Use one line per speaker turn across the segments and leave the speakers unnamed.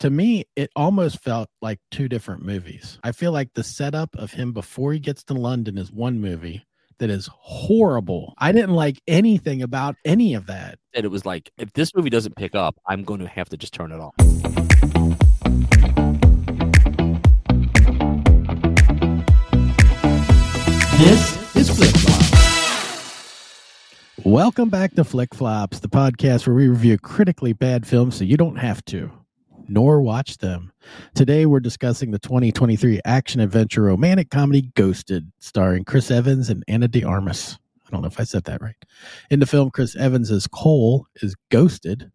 to me, it almost felt like two different movies. I feel like the setup of him before he gets to London is one movie that is horrible. I didn't like anything about any of that.
And it was like, if this movie doesn't pick up, I'm going to have to just turn it off.
This is Flick Flops. Welcome back to Flick Flops, the podcast where we review critically bad films so you don't have to, nor watch them. Today we're discussing the 2023 action adventure romantic comedy Ghosted, starring Chris Evans and Anna de Armas. I don't know if I said that right. In the film, Chris Evans as Cole is ghosted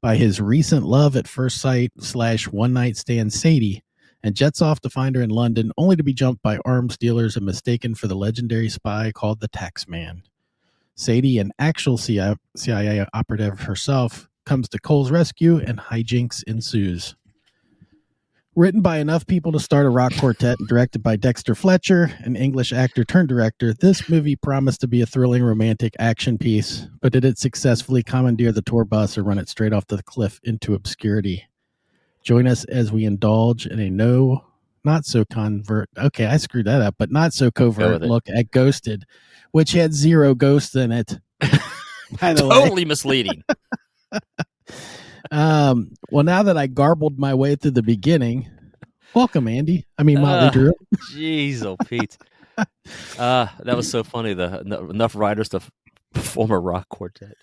by his recent love at first sight slash one night stand Sadie and jets off to find her in London, only to be jumped by arms dealers and mistaken for the legendary spy called the Taxman. Sadie, an actual CIA, CIA operative herself, comes to Cole's rescue and hijinks ensues. Written by enough people to start a rock quartet and directed by Dexter Fletcher, an English actor turned director, this movie promised to be a thrilling romantic action piece, but did it successfully commandeer the tour bus or run it straight off the cliff into obscurity? Join us as we indulge in a no, not so convert. Okay, I screwed that up, but not so covert
with it.
look at Ghosted, which had zero ghosts in it. By the way,
Totally misleading.
um, well, now that I garbled my way through the beginning, welcome, Andy. I mean, Motley
Uh,
Drew.
Jeez, oh Pete. Uh, that was so funny. The en- enough writers to f- form a rock quartet.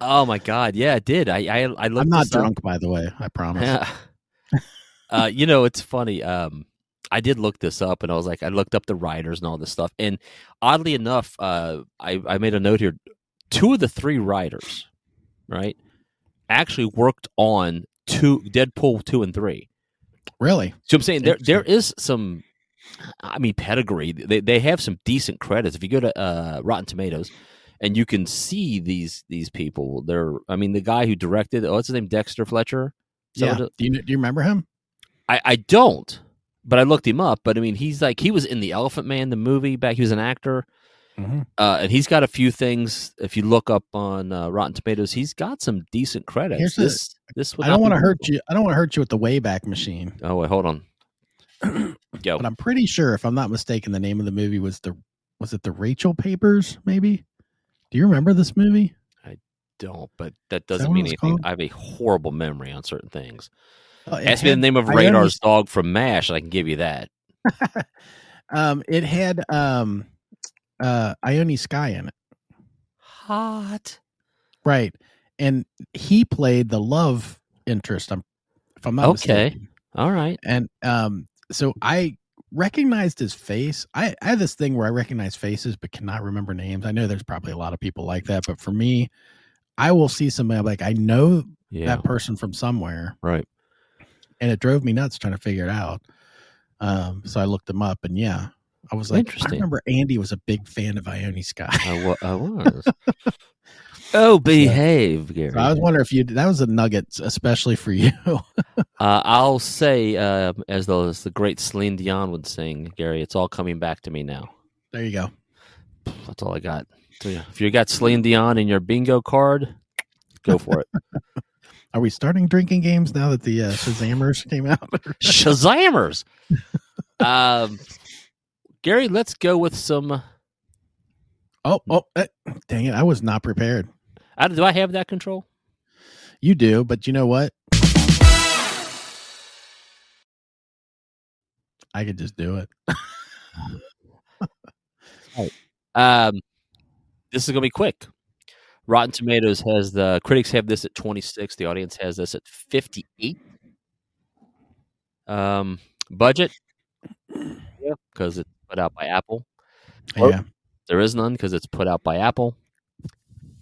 Oh my God! Yeah, it did. I I, I looked
I'm not
this up.
drunk, by the way. I promise.
Yeah. uh, you know, it's funny. Um, I did look this up, and I was like, I looked up the writers and all this stuff. And oddly enough, uh, I I made a note here. Two of the three writers, right, actually worked on two Deadpool two and three.
Really?
So I'm saying there there is some, I mean, pedigree. They they have some decent credits. If you go to uh, Rotten Tomatoes, and you can see these these people. They're I mean, the guy who directed oh, what's his name, Dexter Fletcher. Is that
yeah.
what it-
Do you, do you remember him?
I I don't, but I looked him up. But I mean, he's like he was in the Elephant Man, the movie back. He was an actor.
Mhm.
Uh, and he's got a few things. If you look up on uh, Rotten Tomatoes, he's got some decent credits.
Here's the-
this this would
I don't
not be
want to hurt
Google.
you. I don't want to hurt you with the Wayback Machine.
Oh wait, hold on. Go.
But I'm pretty sure, if I'm not mistaken, the name of the movie was the was it the Rachel Papers? Maybe. Do you remember this movie?
don't, but
that
that doesn't
what
mean
it's
anything.
called?
I have a horrible memory on certain things.
Uh, it
Ask me the
had-
name of
I
Radar's dog from MASH, and I can give you that.
Um, it had um, uh, Ione Sky in it,
Hot.
right? And he played the love interest. I'm, if I'm not
Okay.
mistaken.
All right.
and um so i recognized his face i i have this thing where i recognize faces but cannot remember names i know there's probably a lot of people like that but for me i will see somebody I'm like i know
Yeah.
that person from somewhere
Right.
and it drove me nuts trying to figure it out um so i looked him up and yeah i was like i
Interesting.
remember andy was a big fan of ione sky
I, wa- I was. oh, behave, Gary.
so i was wondering if you that was a nugget especially for you
Uh, I'll say, uh, as though as the great Celine Dion would sing, Gary, it's all coming back to me now.
there you go
That's all I got. So, yeah, if you got Celine Dion in your bingo card, go for it.
are we starting drinking games now that the uh, shazammers came out
Shazammers. Um, Gary, let's go with some. uh,
Oh, oh, eh, dang it. I was not prepared.
I, do I have that control?
You do, but you know what? I could just do it.
Um, this is gonna be quick. Rotten Tomatoes has the critics have this at twenty six. The audience has this at fifty eight. Um, budget, yeah, because it's put out by Apple. Oh.
Yeah.
There is none because it's put out by Apple.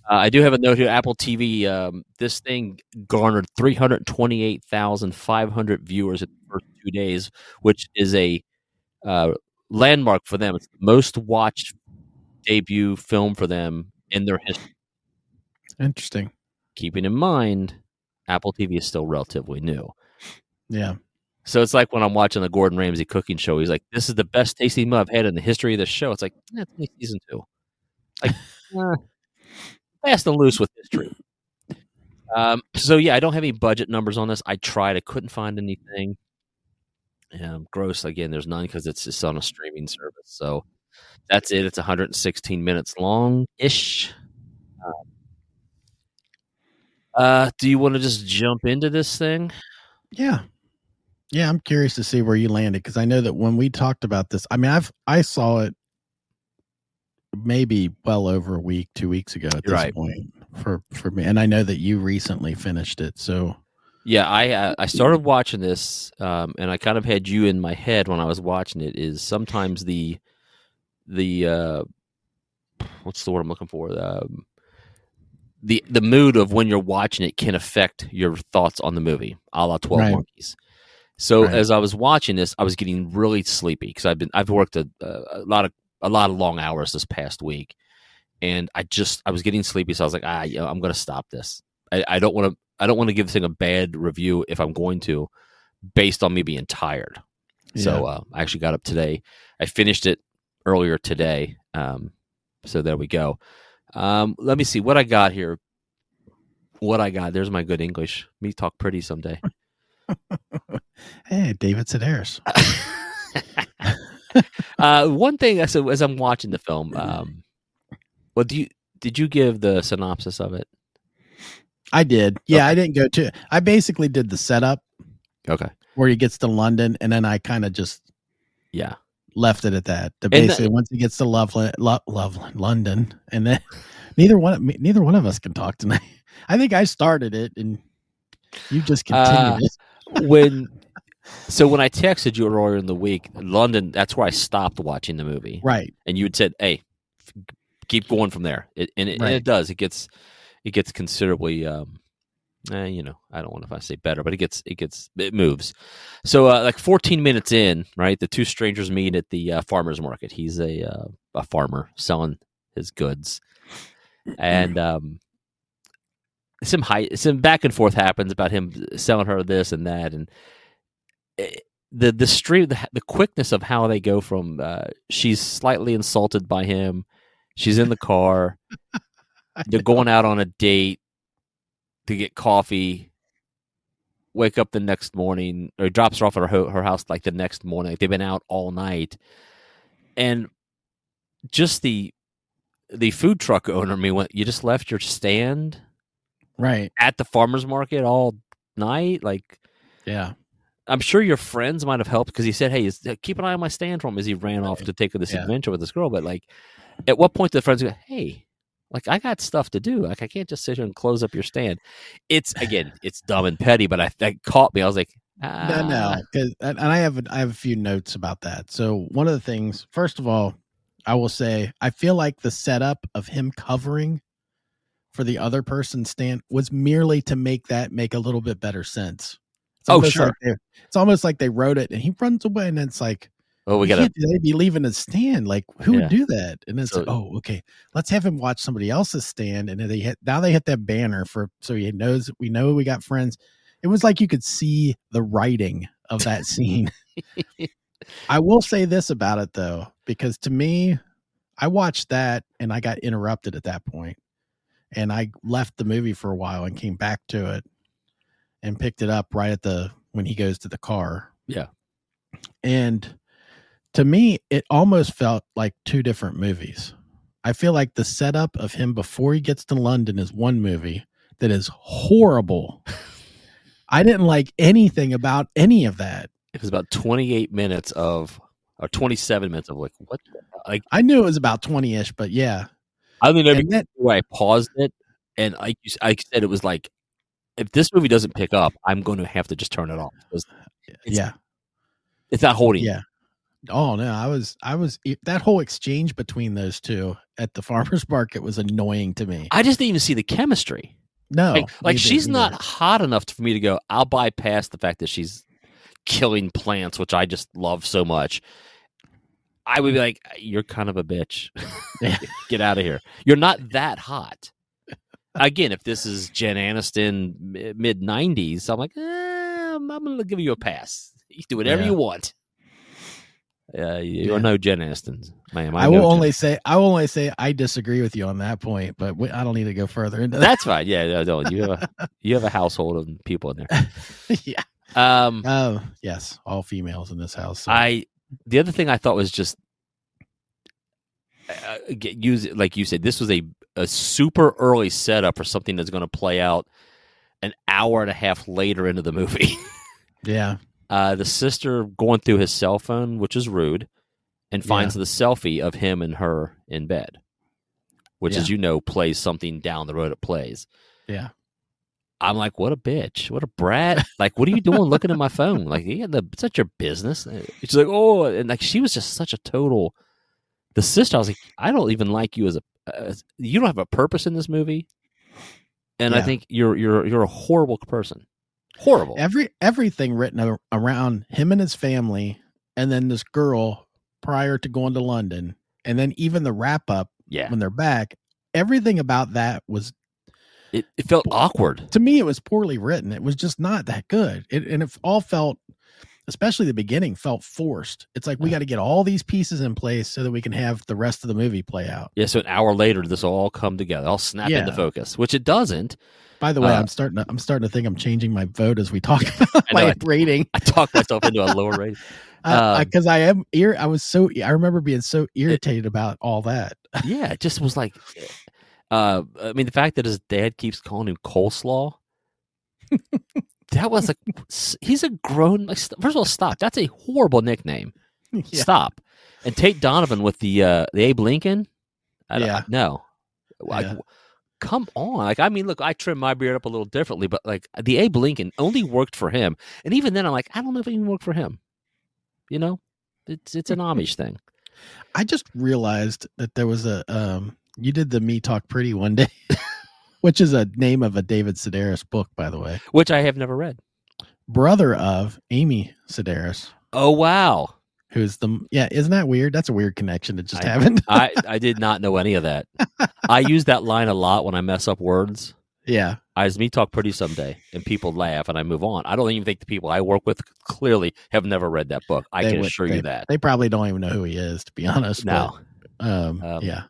Uh, I do have a note here. Apple TV. Um, this thing garnered three hundred twenty eight thousand five hundred viewers in the first two days, which is a uh, landmark for them. It's the most watched debut film for them in their history.
Interesting.
Keeping in mind, Apple TV is still relatively new.
Yeah.
So it's like when I'm watching the Gordon Ramsay cooking show. He's like, "This is the best tasting meal I've had in the history of the show." It's like that's only uh, season two. Like eh, fast and loose with history. Um, so yeah, I don't have any budget numbers on this. I tried, I couldn't find anything. Um, gross again. There's none because it's just on a streaming service. So that's it. It's 116 minutes long ish. Uh, do you want to just jump into this thing?
Yeah. Yeah, I'm curious to see where you landed because I know that when we talked about this, I mean, I've I saw it maybe well over a week, two weeks ago at this
Right.
point for for me, and I know that you recently finished it. So
Yeah, I uh, I started watching this, um, and I kind of had you in my head when I was watching it. Is sometimes the the uh, what's the word I'm looking for? Um, the the mood of when you're watching it can affect your thoughts on the movie, a la Twelve
Right.
Monkeys. So
Right.
as I was watching this, I was getting really sleepy because I've been I've worked a, a a lot of a lot of long hours this past week, and I just I was getting sleepy, so I was like, ah, you know, I'm gonna stop this. I, I don't want to I don't want to give this thing a bad review if I'm going to, based on me being tired.
yeah.
So uh, I actually got up today. I finished it earlier today. Um, so there we go. Um, let me see what I got here. What I got? There's my good English. Me talk pretty someday.
hey, David Sedaris.
uh, one thing as as I'm watching the film, um, well, do you did you give the synopsis of it?
I did. Yeah, I didn't go to. I basically did the setup
Okay.
where he gets to London, and then I kind of just
Yeah.
left it at that. To
the-
basically, once he gets to Loveland, Lo- Loveland, London, and then neither one, of me- neither one of us can talk tonight. I think I started it, and you just continued
Uh,
it.
when so when I texted you earlier in the week, London. That's where I stopped watching the movie,
Right,
and you had said, "Hey, f- keep going from there," it, and, it, and
Right.
it does. It gets it gets considerably. Um, eh, you know, I don't want if I say better, but it gets it gets it moves. So uh, like 14 minutes in, right, the two strangers meet at the uh, farmer's market. He's a uh, a farmer selling his goods, and um, some high some back and forth happens about him selling her this and that, and eh, the the stream the, the quickness of how they go from uh, she's slightly insulted by him, she's in the car, they're going out on a date to get coffee. Wake up the next morning, or drops her off at her ho- her house like the next morning. Like they've been out all night, and just the the food truck owner in me went. You just left your stand
right,
at the farmers market all night. Like
yeah,
I'm sure your friends might have helped because he said, "Hey, is, uh, keep an eye on my stand for him." As he ran off to take this
Yeah.
adventure with this girl, but like, at what point did the friends go, "Hey, like I got stuff to do. Like I can't just sit here and close up your stand." It's again, it's dumb and petty, but I that caught me. I was like, ah.
no, no, 'cause- and and I have a- I have a few notes about that. So one of the things, first of all, I will say I feel like the setup of him covering for the other person's stand was merely to make that make a little bit better sense. It's
Oh,
almost
sure.
like they- it's almost like they wrote it and he runs away, and it's like.
Oh, we
You
gotta.
can't do that. He'd be leaving his stand. Like who
Yeah.
would do that? And it's
So-
like, oh, okay. Let's have him watch somebody else's stand. And then they hit now they hit that banner for so he knows we know we got friends. It was like you could see the writing of that scene. I will say this about it though, because to me, I watched that and I got interrupted at that point. And I left the movie for a while and came back to it and picked it up right at the when he goes to the car.
Yeah.
And to me, it almost felt like two different movies. I feel like the setup of him before he gets to London is one movie that is horrible. I didn't like anything about any of that.
It was about 28 minutes of, or 27 minutes of like what? the hell? Like
I knew it was about 20 ish, but yeah.
I don't even know
And that,
where I paused it, and like you, s- I said, it was like, if this movie doesn't pick up, I'm going to have to just turn it off. It's, it's-
yeah.
it's not holding.
Yeah. Oh no, I was I was e, that whole exchange between those two at the farmers market was annoying to me.
I just didn't even see the chemistry.
No.
like, like
neither-
she's
neither.
not hot enough for me to go. I'll bypass the fact that she's killing plants, which I just love so much. I would be like, "You're kind of a bitch.
Yeah.
Get out of here. You're not that hot." Again, if this is Jen Aniston mid '90s, I'm like, eh, "I'm I'm gonna give you a pass. You can do whatever
Yeah.
you want." Uh, you're no Jen Aston, ma'am.
I,
know
will
Jen.
only say I will only say I disagree with you on that point, but we, I don't need to go further into that.
That's fine. Yeah, no, no, you have a you have a household of people in there.
yeah.
Um,
Oh yes, all females in this house. so-
I the other thing I thought was just uh, get use like you said this was a a super early setup for something that's going to play out an hour and a half later into the movie.
yeah.
Uh, the sister going through his cell phone, which is rude, and finds the selfie of him and her in bed, which, as you know, plays something down the road. It plays.
Yeah.
I'm like, what a bitch, what a brat! Like, what are you doing looking at my phone? Like, yeah, the, it's not your business. And She's like, oh, and like she was just such a total. The sister, I was like, I don't even like you as a. Uh, you don't have a purpose in this movie, and I
Yeah.
think you're you're you're a horrible person. Horrible.
Every everything written ar- around him and his family, and then this girl prior to going to London, and then even the wrap up
yeah.
when they're back. Everything about that was
It, it felt awkward.
to me it was poorly written. It was just not that good. It and it all felt especially the beginning felt forced. It's like we got to get all these pieces in place so that we can have the rest of the movie play out.
Yeah, so an hour later, this will all come together. I'll snap into
Yeah.
focus, which it doesn't.
By the way,
Uh,
I'm starting to I'm starting to think I'm changing my vote as we talk about
I know,
my
I-
rating.
I talked myself into a lower rate.
because I,
Um,
'cause I am ear. I was so I remember being so irritated about all that.
Yeah, it just was like, uh, I mean, the fact that his dad keeps calling him coleslaw. that was like, s- he's a grown. Like, st- first of all, stop. That's a horrible nickname.
Yeah.
Stop. And Tate Donovan with the uh, the Abe Lincoln. I, don't-
Yeah.
no. Like,
Yeah.
come on. Like, I mean, look, I trim my beard up a little differently, but like the Abe Lincoln only worked for him. And even then, I'm like, I don't know if it even worked for him. You know, it's it's an Amish thing.
I just realized that there was a um. You did the me talk pretty one day, which is a name of a David Sedaris book, by the way.
Which I have never read.
Brother of Amy Sedaris,
Oh wow.
who's the yeah. Isn't that weird? That's a weird connection that just
I-
happened.
I, I did not know any of that. I use that line a lot when I mess up words.
yeah,
I as me talk pretty someday and people laugh and I move on. I don't even think the people I work with clearly have never read that book. I
They
can
would-
assure you that.
they probably don't even know who he is, to be honest.
now.
but, um,
Um,
yeah,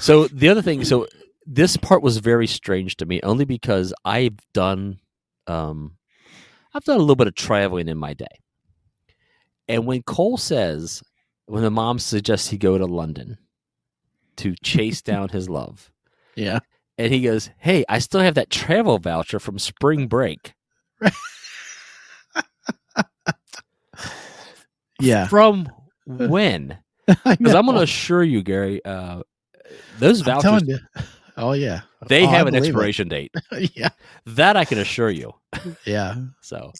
So the other thing, so this part was very strange to me, only because I've done, um, I've done a little bit of traveling in my day, and when Cole says, when the mom suggests he go to London to chase down his love,
yeah,
and he goes, "Hey, I still have that travel voucher from spring break."
yeah.
From when?
I
Because I'm
know.
going to assure you, Gary, uh, those
I'm
vouchers
telling you. Oh yeah,
they
Oh, I
have an
believe it.
expiration date.
yeah,
That I can assure you.
yeah.
So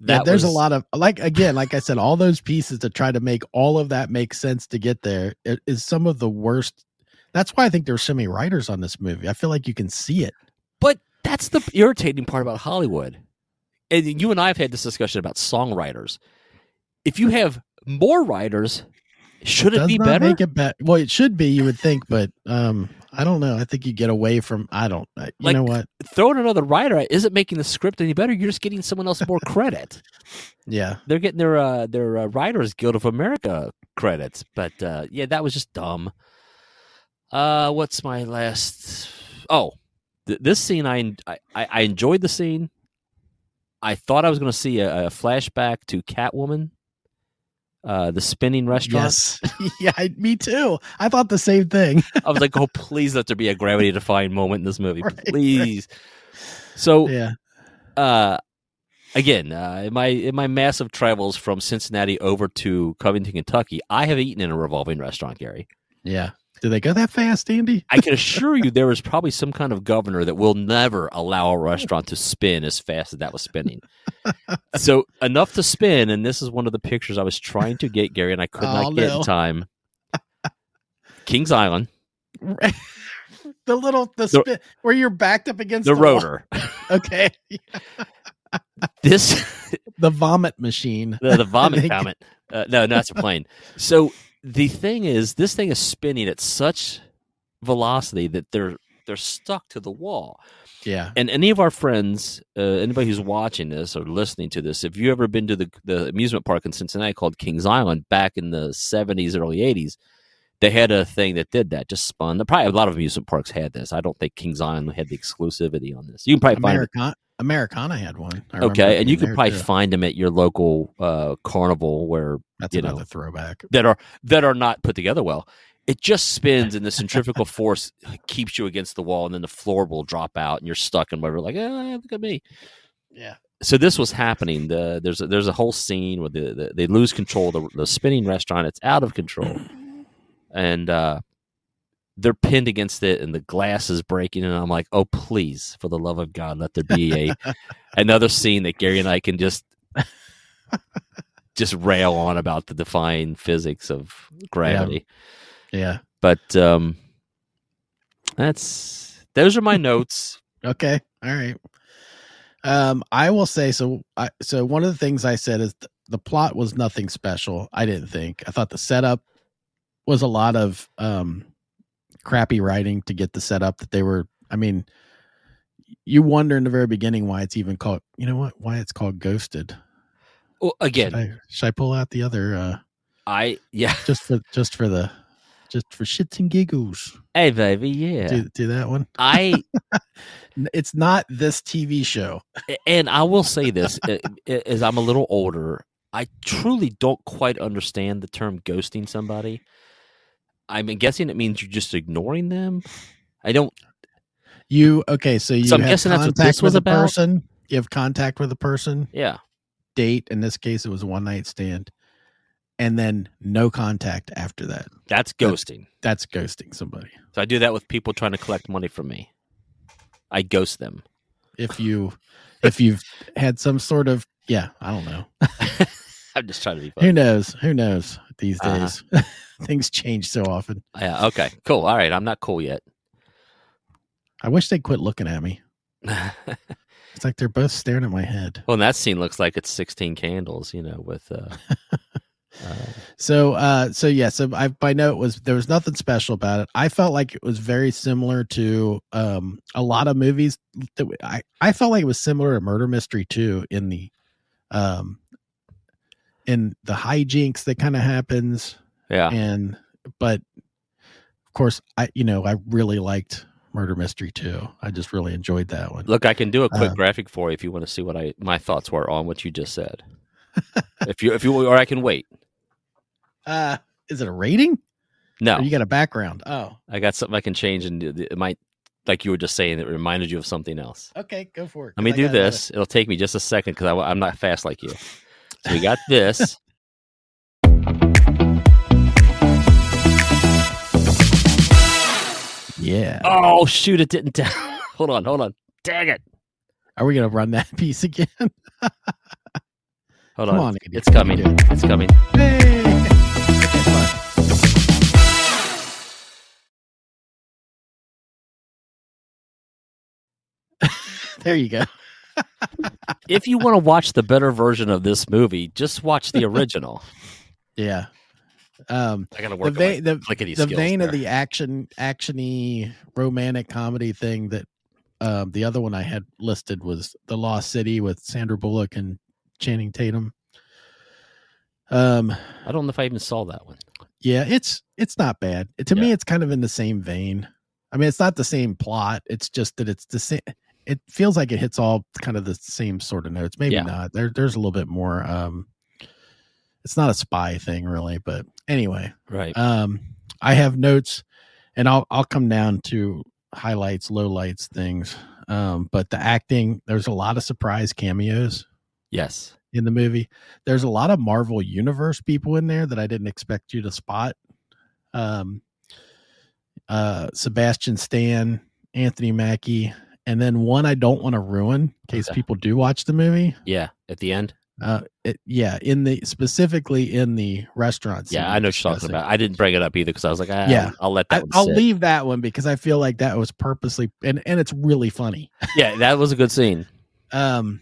Yeah,
that
there's a
was-
lot of like again, like I said, all those pieces to try to make all of that make sense to get there i- is some of the worst. That's why I think there's so many writers on this movie. I feel like you can see it.
But that's the irritating part about Hollywood. And you and I have had this discussion about songwriters. If you have more writers, should it
Does
be
not
better?
make it better. Well, it should be, you would think, but um, I don't know. I think you get away from. I don't. I- You
Like-
know what?
Throwing another writer at- isn't making the script any better. You're just getting someone else more credit.
Yeah,
They're getting their uh, their uh, Writers Guild of America credits. But uh, yeah, that was just dumb. Uh, what's my last? Oh, th- this scene I, en- I I I enjoyed the scene. I thought I was going to see a, a flashback to Catwoman, uh, the spinning restaurant.
yes, yeah. I- Me too. I thought the same thing.
I was like, oh, please let there be a gravity defying moment in this movie,
Right, right.
please. So
Yeah,
uh, again, uh, in my in my massive travels from Cincinnati over to Covington, Kentucky, I have eaten in a revolving restaurant, Gary.
yeah. Do they go that fast, Andy?
I can assure you, there is probably some kind of governor that will never allow a restaurant to spin as fast as that was spinning. so enough to spin, and this is one of the pictures I was trying to get, Gary, and I could not
Oh,
get in
no.
time. Kings Island,
the little the,
The-
spin where you're backed up against
the
wall.
rotor.
Okay,
This
the vomit machine.
the, the vomit
They-
comment. Uh, no, no, that's a plane. So the thing is, this thing is spinning at such velocity that they're They're stuck to the wall.
Yeah.
And any of our friends, uh, anybody who's watching this or listening to this, if you ever been to the, the amusement park in Cincinnati called Kings Island back in the 70s, early 80s, they had a thing that did that, just spun. Probably a lot of amusement parks had this. I don't think Kings Island had the exclusivity on this. You can probably find it.
Americana, Americana had one. I remember
Okay, and you
being
can
there,
probably
too.
find them at your local uh, carnival where
That's
you
another
know.
throwback.
that are that are not put together well. It just spins, and the centrifugal force keeps you against the wall, and then the floor will drop out, and you're stuck. And whatever, like, ah, look at me.
Yeah.
So this was happening. The, there's a, there's a whole scene where the, the, they lose control. of The, the spinning restaurant, it's out of control, and uh, they're pinned against it, and the glass is breaking. And I'm like, oh please, for the love of God, let there be a another scene that Gary and I can just just rail on about the defying physics of gravity.
Yeah.
But um, that's those are my notes.
Okay. All right. Um, I will say so. I, so one of the things I said is th- the plot was nothing special. I didn't think. I thought the setup was a lot of um, crappy writing to get the setup that they were. I mean, you wonder in the very beginning why it's even called. You know what? Why it's called Ghosted?
Well,
Should
Oh, again,
I, should I pull out the other uh,
I yeah.
just for just for the just for shits and giggles?
Hey, baby, yeah.
Do do that one.
I
N- It's not this TV show.
and I will say this uh, as I'm a little older, I truly don't quite understand the term ghosting somebody. I'm guessing it means you're just ignoring them. I don't.
You okay? So you
So I'm
have
guessing that's what
contact
this was
with a
about?
person. You have contact with a person.
Yeah.
Date in this case, it was a one night stand, and then no contact after that.
That's ghosting.
That's ghosting somebody.
So I do that with people trying to collect money from me. I ghost them.
If you, if you've had some sort of yeah, I don't know.
I'm just trying to be
Who
funny.
knows? Who knows these
Uh-huh.
days? Things change so often.
Yeah, okay. Cool. All right. I'm not cool yet.
I wish they would quit looking at me.
well,
It's like they're both staring at my head.
and that scene looks like it's 16 candles, you know, with. Uh, uh,
So, uh, so yeah, so I by note was there was nothing special about it. I felt like it was very similar to um a lot of movies that we- I I felt like it was similar to Murder Mystery too in the um in the hijinks that kind of happens
yeah.
and but of course I you know I really liked Murder Mystery too. I just really enjoyed that one.
Look, I can do a quick
Uh,
graphic for you if you want to see what I my thoughts were on what you just said. if you if you or I can wait.
Uh is it a rating?
No,
Or you got a background. Oh,
I got something I can change, and it it might like you were just saying it reminded you of something else.
okay, go for it.
Let me
'cause I
do
got another-
this. It'll take me just a second because I'm not fast like you. So we got this.
Yeah.
oh shoot! It didn't. tell. hold on. Hold on. Dang it.
Are we gonna run that piece again? Come
Hold on.
on, Andy.
It's coming.
You can
It's coming.
Hey! there you go.
If you want to watch the better version of this movie, just watch the original.
Yeah. Um,
I
the
gotta work
vein,
on
the,
my clickety
the
skills
vein of
there.
the action, actiony, romantic comedy thing that um, the other one I had listed was The Lost City with Sandra Bullock and Channing Tatum. Um,
I don't know if I even saw that one.
Yeah, it's it's not bad. It- to me,
Yeah.
it's kind of in the same vein. I mean, it's not the same plot. It's just that it's the same. It feels like it hits all kind of the same sort of notes. Maybe
Yeah.
not. There, there's a little bit more. Um, it's not a spy thing really, but anyway,
Right.
um, I have notes, and I'll I'll come down to highlights, lowlights, things. Um, but the acting, there's a lot of surprise cameos
yes.
in the movie. There's a lot of Marvel Universe people in there that I didn't expect you to spot. Um, uh, Sebastian Stan, Anthony Mackie, and then one I don't want to ruin in case
Okay.
people do watch the movie.
Yeah. At the end.
Uh, it, yeah, in the specifically in the restaurant. scene
Yeah, I know what you're talking
discussing.
about. I didn't bring it up either because I was like, ah,
Yeah.
I'll let that
I,
one
I'll
sit.
leave that one because I feel like that was purposely and and it's really funny.
Yeah, that was a good scene.
Um,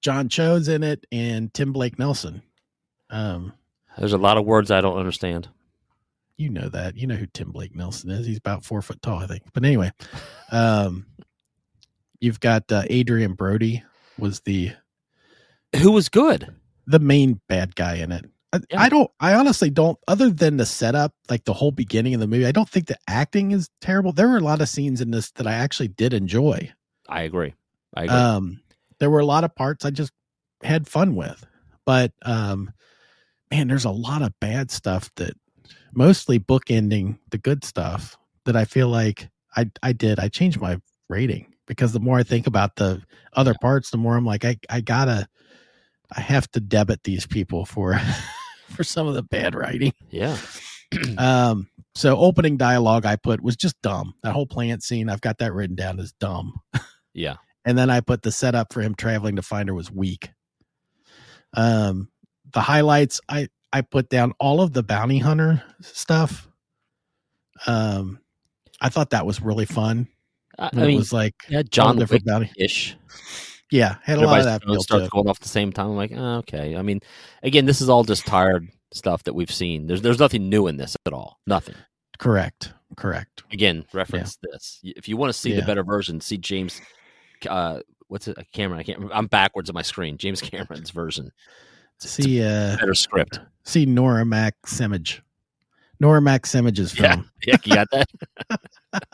John Cho's in it and Tim Blake Nelson. Um,
There's a lot of words I don't understand.
You know that. You know who Tim Blake Nelson is. He's about four foot tall, I think. But anyway, um, you've got uh, Adrian Brody was the
Who was good?
the main bad guy in it. I,
Yeah.
I don't. I honestly don't. Other than the setup, like the whole beginning of the movie, I don't think the acting is terrible. There were a lot of scenes in this that I actually did enjoy.
I agree. I agree.
Um, there were a lot of parts I just had fun with, but um, man, there's a lot of bad stuff that mostly bookending the good stuff that I feel like I I did. I changed my rating because the more I think about the other parts, the more I'm like I I gotta I have to debit these people for for some of the bad writing.
yeah.
Um, so opening dialogue I put was just dumb. That whole plant scene, I've got that written down as dumb.
Yeah.
And then I put the setup for him traveling to find her was weak. Um, the highlights I I put down all of the bounty hunter stuff. Um, I thought that was really fun.
I, I
it
mean,
was like
yeah,
all
John
different
Wick
bounty.
ish.
Yeah, had a lot
Everybody's
of that
phone
feel
starts
too.
going off at the same time. I'm like, oh, okay. I mean, again, this is all just tired stuff that we've seen. There's there's nothing new in this at all. Nothing.
Correct, correct.
Again, reference this. Y- If you want to see
Yeah.
the better version, see James. Uh, what's it? Cameron. I can't. remember. I'm backwards on my screen. James Cameron's version. It's- it's
See, uh,
a better script.
see Nora Mac Simage. Nora Mac Simage's film.
Yeah. Yeah, you got that.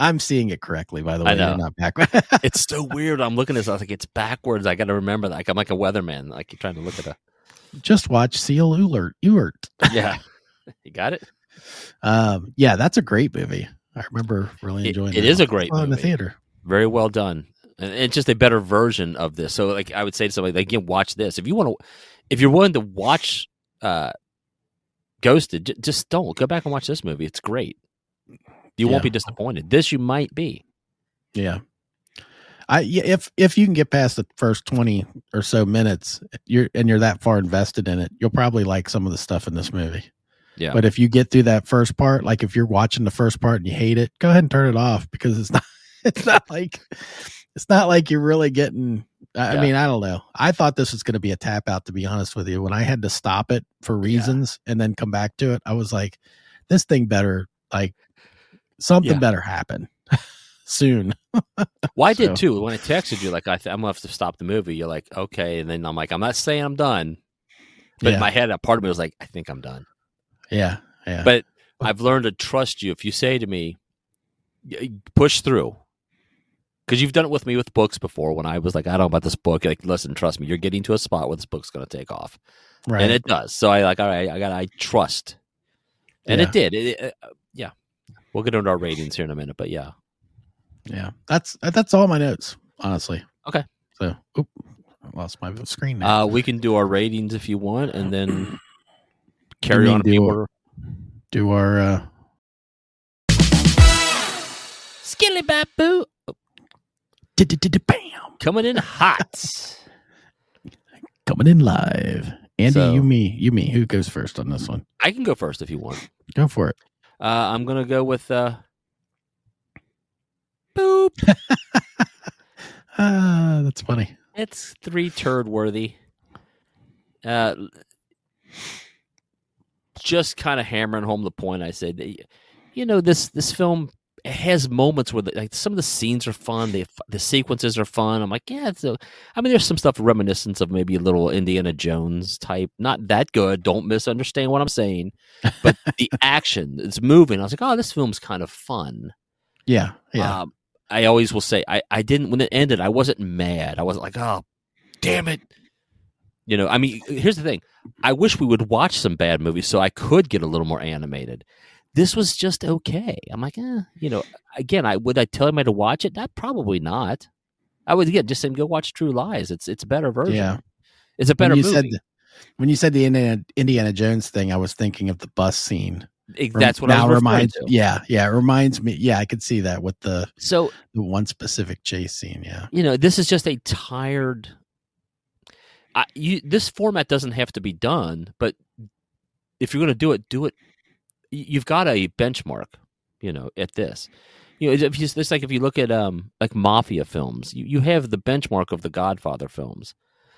I'm seeing it correctly, by the way.
I
You're
know.
not back.
It's so weird. I'm looking at this. I was like, it's backwards. I got to remember that. Like, I'm like a weatherman. Like you're trying to look at a.
Just watch Seal Ulert. Ewert.
Yeah. you got it.
Um, yeah, that's a great movie. I remember really
It-
enjoying Oh,
it is a great
in the
movie.
theater.
very well done and it's just a better version of this so like i would say to somebody like again watch this if you want to if you're willing to watch uh ghosted j- just don't go back and watch this movie it's great you
Yeah.
won't be disappointed this you might be
Yeah. I yeah, if if you can get past the first 20 or so minutes, you're and you're that far invested in it, you'll probably like some of the stuff in this movie.
Yeah.
But if you get through that first part, like if you're watching the first part and you hate it, go ahead and turn it off because it's not it's not like it's not like you're really getting I I
Yeah.
mean, I don't know. I thought this was going to be a tap out to be honest with you. When I had to stop it for reasons and then come back to it, I was like this thing better like something
Yeah.
better happen soon.
well i did
So-
too when i texted you like I th- i'm gonna have to stop the movie you're like okay and then i'm like i'm not saying i'm done but
Yeah.
in my head a part of me was like i think i'm done
Yeah, yeah.
But- I've learned to trust you. If you say to me, y- push through, because you've done it with me with books before when I was like, I don't know about this book. You're Like, listen, trust me, you're getting to a spot where this book's going to take off.
right,
And it does. So I like, all right, I got, I trust. And
Yeah.
it did. It, it- uh, yeah. We'll get into our ratings here in a minute, but yeah.
yeah. That's that's all my notes, honestly.
Okay.
So, oop, I lost my screen now.
Uh, we can do our ratings if you want and then carry
mean
on. if you
do-
order.
Do our uh,
Skilly Bapu
bam
coming in hot.
coming in live. Andy,
So-
you me, you me. Who goes first on this one?
I can go first if you want.
Go for it.
Uh, I'm gonna go with uh, boop.
Ah, that's funny.
It's three turd worthy. Uh, just kind of hammering home the point I said. You know this this film has moments where the, like some of the scenes are fun. The the sequences are fun. I'm like, yeah. So I mean, there's some stuff reminiscence of maybe a little Indiana Jones type. Not that good. Don't misunderstand what I'm saying. But the action, it's moving. I was like, oh, this film's kind of fun.
Yeah, yeah.
Um, I always will say I, I didn't when it ended, I wasn't mad. I wasn't like, oh damn it. You know, I mean, here's the thing. I wish we would watch some bad movies so I could get a little more animated. This was just okay. I'm like, eh, you know, again, I would I tell him to watch it? That probably not. I would again just say go watch True Lies. It's it's a better Ah, version.
Yeah.
It's a better
when you
movie.
said when you said the Indiana, Indiana Jones thing, I was thinking of the bus scene.
It- That's what I
Now
was referring
reminds.
to.
Yeah, yeah. It reminds me. Yeah, I could see that with the
So
the one specific chase scene. Yeah.
you know this is just a tired I, you, this format doesn't have to be done but if you're going to do it do it y- you've got a benchmark you know at this you know if you, it's like if you look at um like mafia films you, you have the benchmark of the godfather films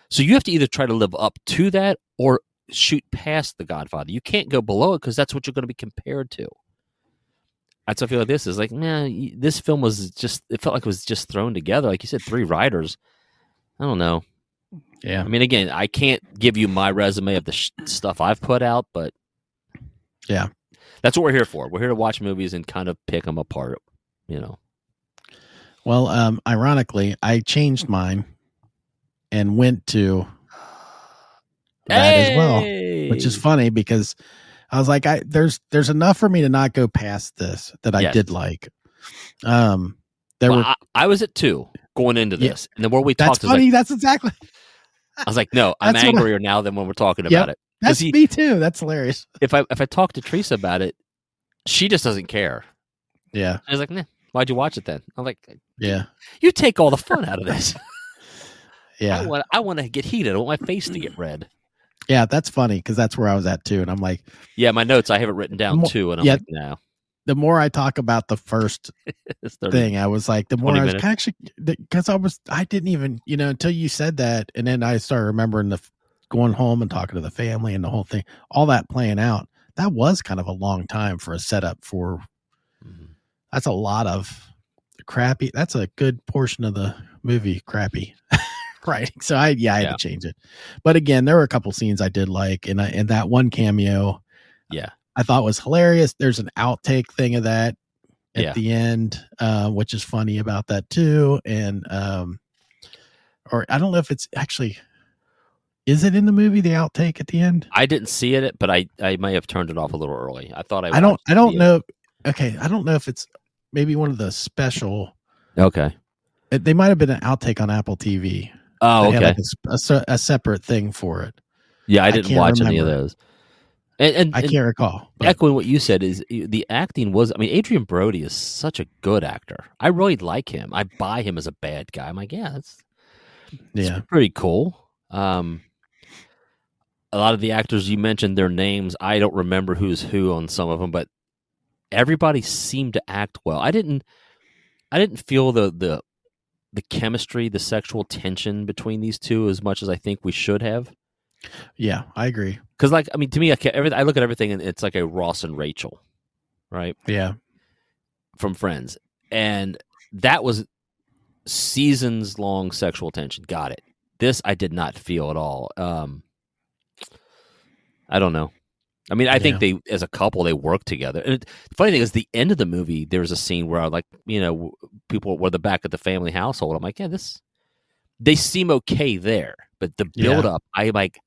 so you have to either try to live up to that or shoot past The Godfather. You can't go below it because that's what you're going to be compared to. That's what I feel like this is like, man, this film was just, it felt like it was just thrown together. Like you said, three writers. I don't know.
Yeah.
I mean, again, I can't give you my resume of the sh- stuff I've put out, but
Yeah.
that's what we're here for. We're here to watch movies and kind of pick them apart, you know.
Well, um, ironically, I changed mine and went to that as well, which is
Hey!
funny because I was like, I there's there's enough for me to not go past this that I
Yes.
did like. Um, there
Well,
were
I, I was at two going into
Yeah.
this, and the more we
that's
talked, I was like,
funny. that's exactly
I was like, no, I'm
That's what I-
angrier now than when we're talking
Yep.
about it.
that's
he-
me too. That's hilarious.
If I if I talk to Teresa about it, she just doesn't care.
Yeah,
I was like, nah, why'd you watch it then? I'm like,
yeah,
you take all the fun out of this. I
yeah, Mm.
want I want to get heated. I want my face to get red.
yeah. That's funny because that's where I was at too, and I'm like,
Yeah, my notes I have it written down
Mo-
too, and I'm
yeah.
like, no,
the more I talk about the first
it's thirty.
thing. I was like, the more
20
I was
minutes.
kind of actually, because I was, I didn't even, you know, until you said that, and then I started remembering the f- going home and talking to the family and the whole thing, all that playing out. That was kind of a long time for a setup. For
Mhm.
that's a lot of crappy. That's a good portion of the movie, crappy. right. So I, yeah, I had
Yeah.
to change it. But again, there were a couple scenes I did like, and I, and that one cameo,
Yeah.
I thought was hilarious. There's an outtake thing of that at
Yeah.
the end, uh, which is funny about that too. And um, or I don't know if it's actually is it in the movie the outtake at the end.
I didn't see it, but I I may have turned it off a little early. I thought I.
I, don't.
watched
I don't
the-
know. Okay, I don't know if it's maybe one of the special.
Okay.
It, they might have been an outtake on Apple TV.
Oh,
They
okay.
had like a s- a, se- a separate thing for it.
yeah, I
I
didn't
can't
watch any of
remember.
those. And, and,
I
and
can't recall. But
echoing what you said is uh, the acting was. I mean, Adrian Brody is such a good actor. I really like him. I buy him as a bad guy. I'm like, yeah, that's
yeah,
It's pretty cool. Um, a lot of the actors you mentioned their names. I don't remember who's who on some of them, but everybody seemed to act well. I didn't. I didn't feel the the the chemistry, the sexual tension between these two as much as I think we should have.
yeah, I agree.
Because, like, I mean, to me, I, ca- everyth- I look at everything and it's like a Ross and Rachel, right?
Yeah,
from Friends, and that was seasons long sexual tension. Got it. This I did not feel at all. Um, I don't know. I mean, I think they, as a couple, they work together. And it, the funny thing is, the end of the movie, there's a scene where I like, you know, w- people were the back of the family household. I'm like, yeah, this. They seem okay there, but the
Yeah.
build up, I like.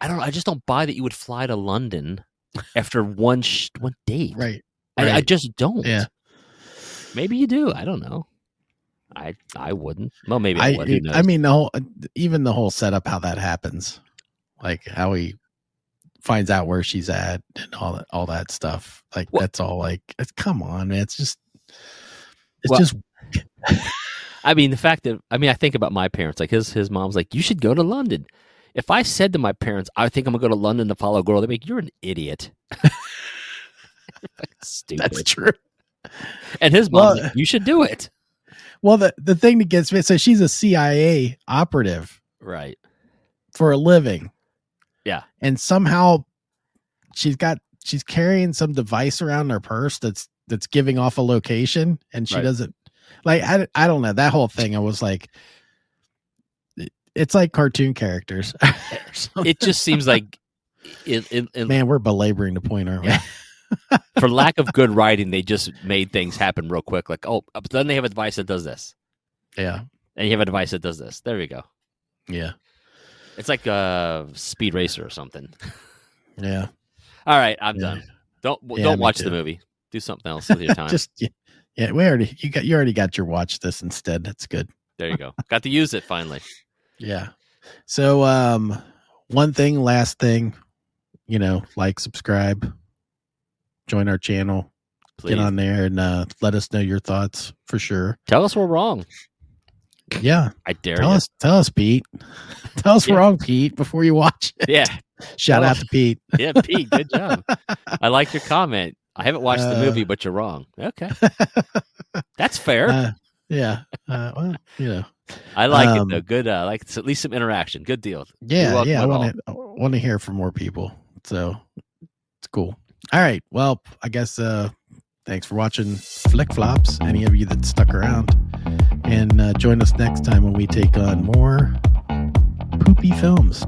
I don't know. I just don't buy that you would fly to London after one sh- one date.
right.
I, I
Right.
just don't.
Yeah.
Maybe you do. I don't know. I I wouldn't. Well, maybe I,
I,
would. Who knows?
I mean, the whole, uh, even the whole setup, how that happens, like how he finds out where she's at and all that, all that stuff. Like
Well-
that's all like, it's, come on, man. It's just, it's
Well-
just,
I mean, the fact that I mean, I think about my parents. Like his his mom's like, you should go to London. If I said to my parents, I think I'm gonna go to London to follow a girl, they'd be like, you're an idiot. Fucking Stupid.
that's true.
and his mom's
Well-
like, you should do it.
Well, the, the thing that gets me, so she's a CIA operative
Right.
for a living.
Yeah.
And somehow she's got, she's carrying some device around in her purse that's, that's giving off a location and she
Right.
doesn't like, I, I don't know that whole thing. I was like, it- it's like cartoon characters. or something.
It just seems like, in, in, in-
Man, we're belaboring the point, aren't we?
Yeah. for lack of good writing, they just made things happen real quick. Like, oh, but then they have a device that does this,
yeah.
and you have a device that does this. There we go.
Yeah.
It's like a speed racer or something.
Yeah.
All right, I'm
Yeah.
done. Don't
Yeah,
don't
me
watch
too.
the movie. Do something else with your time.
Just, yeah, yeah. We already, you got, you already got your watch this instead. That's good.
there you go. Got to use it finally.
Yeah. So um one thing, last thing, you know, like, subscribe, join our channel,
Please
get on there and uh let us know your thoughts for sure.
tell us we're wrong.
Yeah.
I dare
Tell
you.
us tell us Pete. tell us
Yeah.
we're wrong, Pete, before you watch it.
Yeah,
Shout
Tell
out
us.
to Pete.
yeah, Pete. Good job. I like your comment. I haven't watched the
Uh,
movie, but you're wrong. Okay, that's fair.
Uh, yeah. Uh, well, you know.
I like
um,
it though. Good. uh, I like it's at least some interaction. Good deal.
Yeah,
welcome
yeah. I
at
want to want to hear from more people. So it's cool. All right. Well, I guess uh thanks for watching Flick Flops, any of you that stuck around. And uh, join us next time when we take on more poopy films.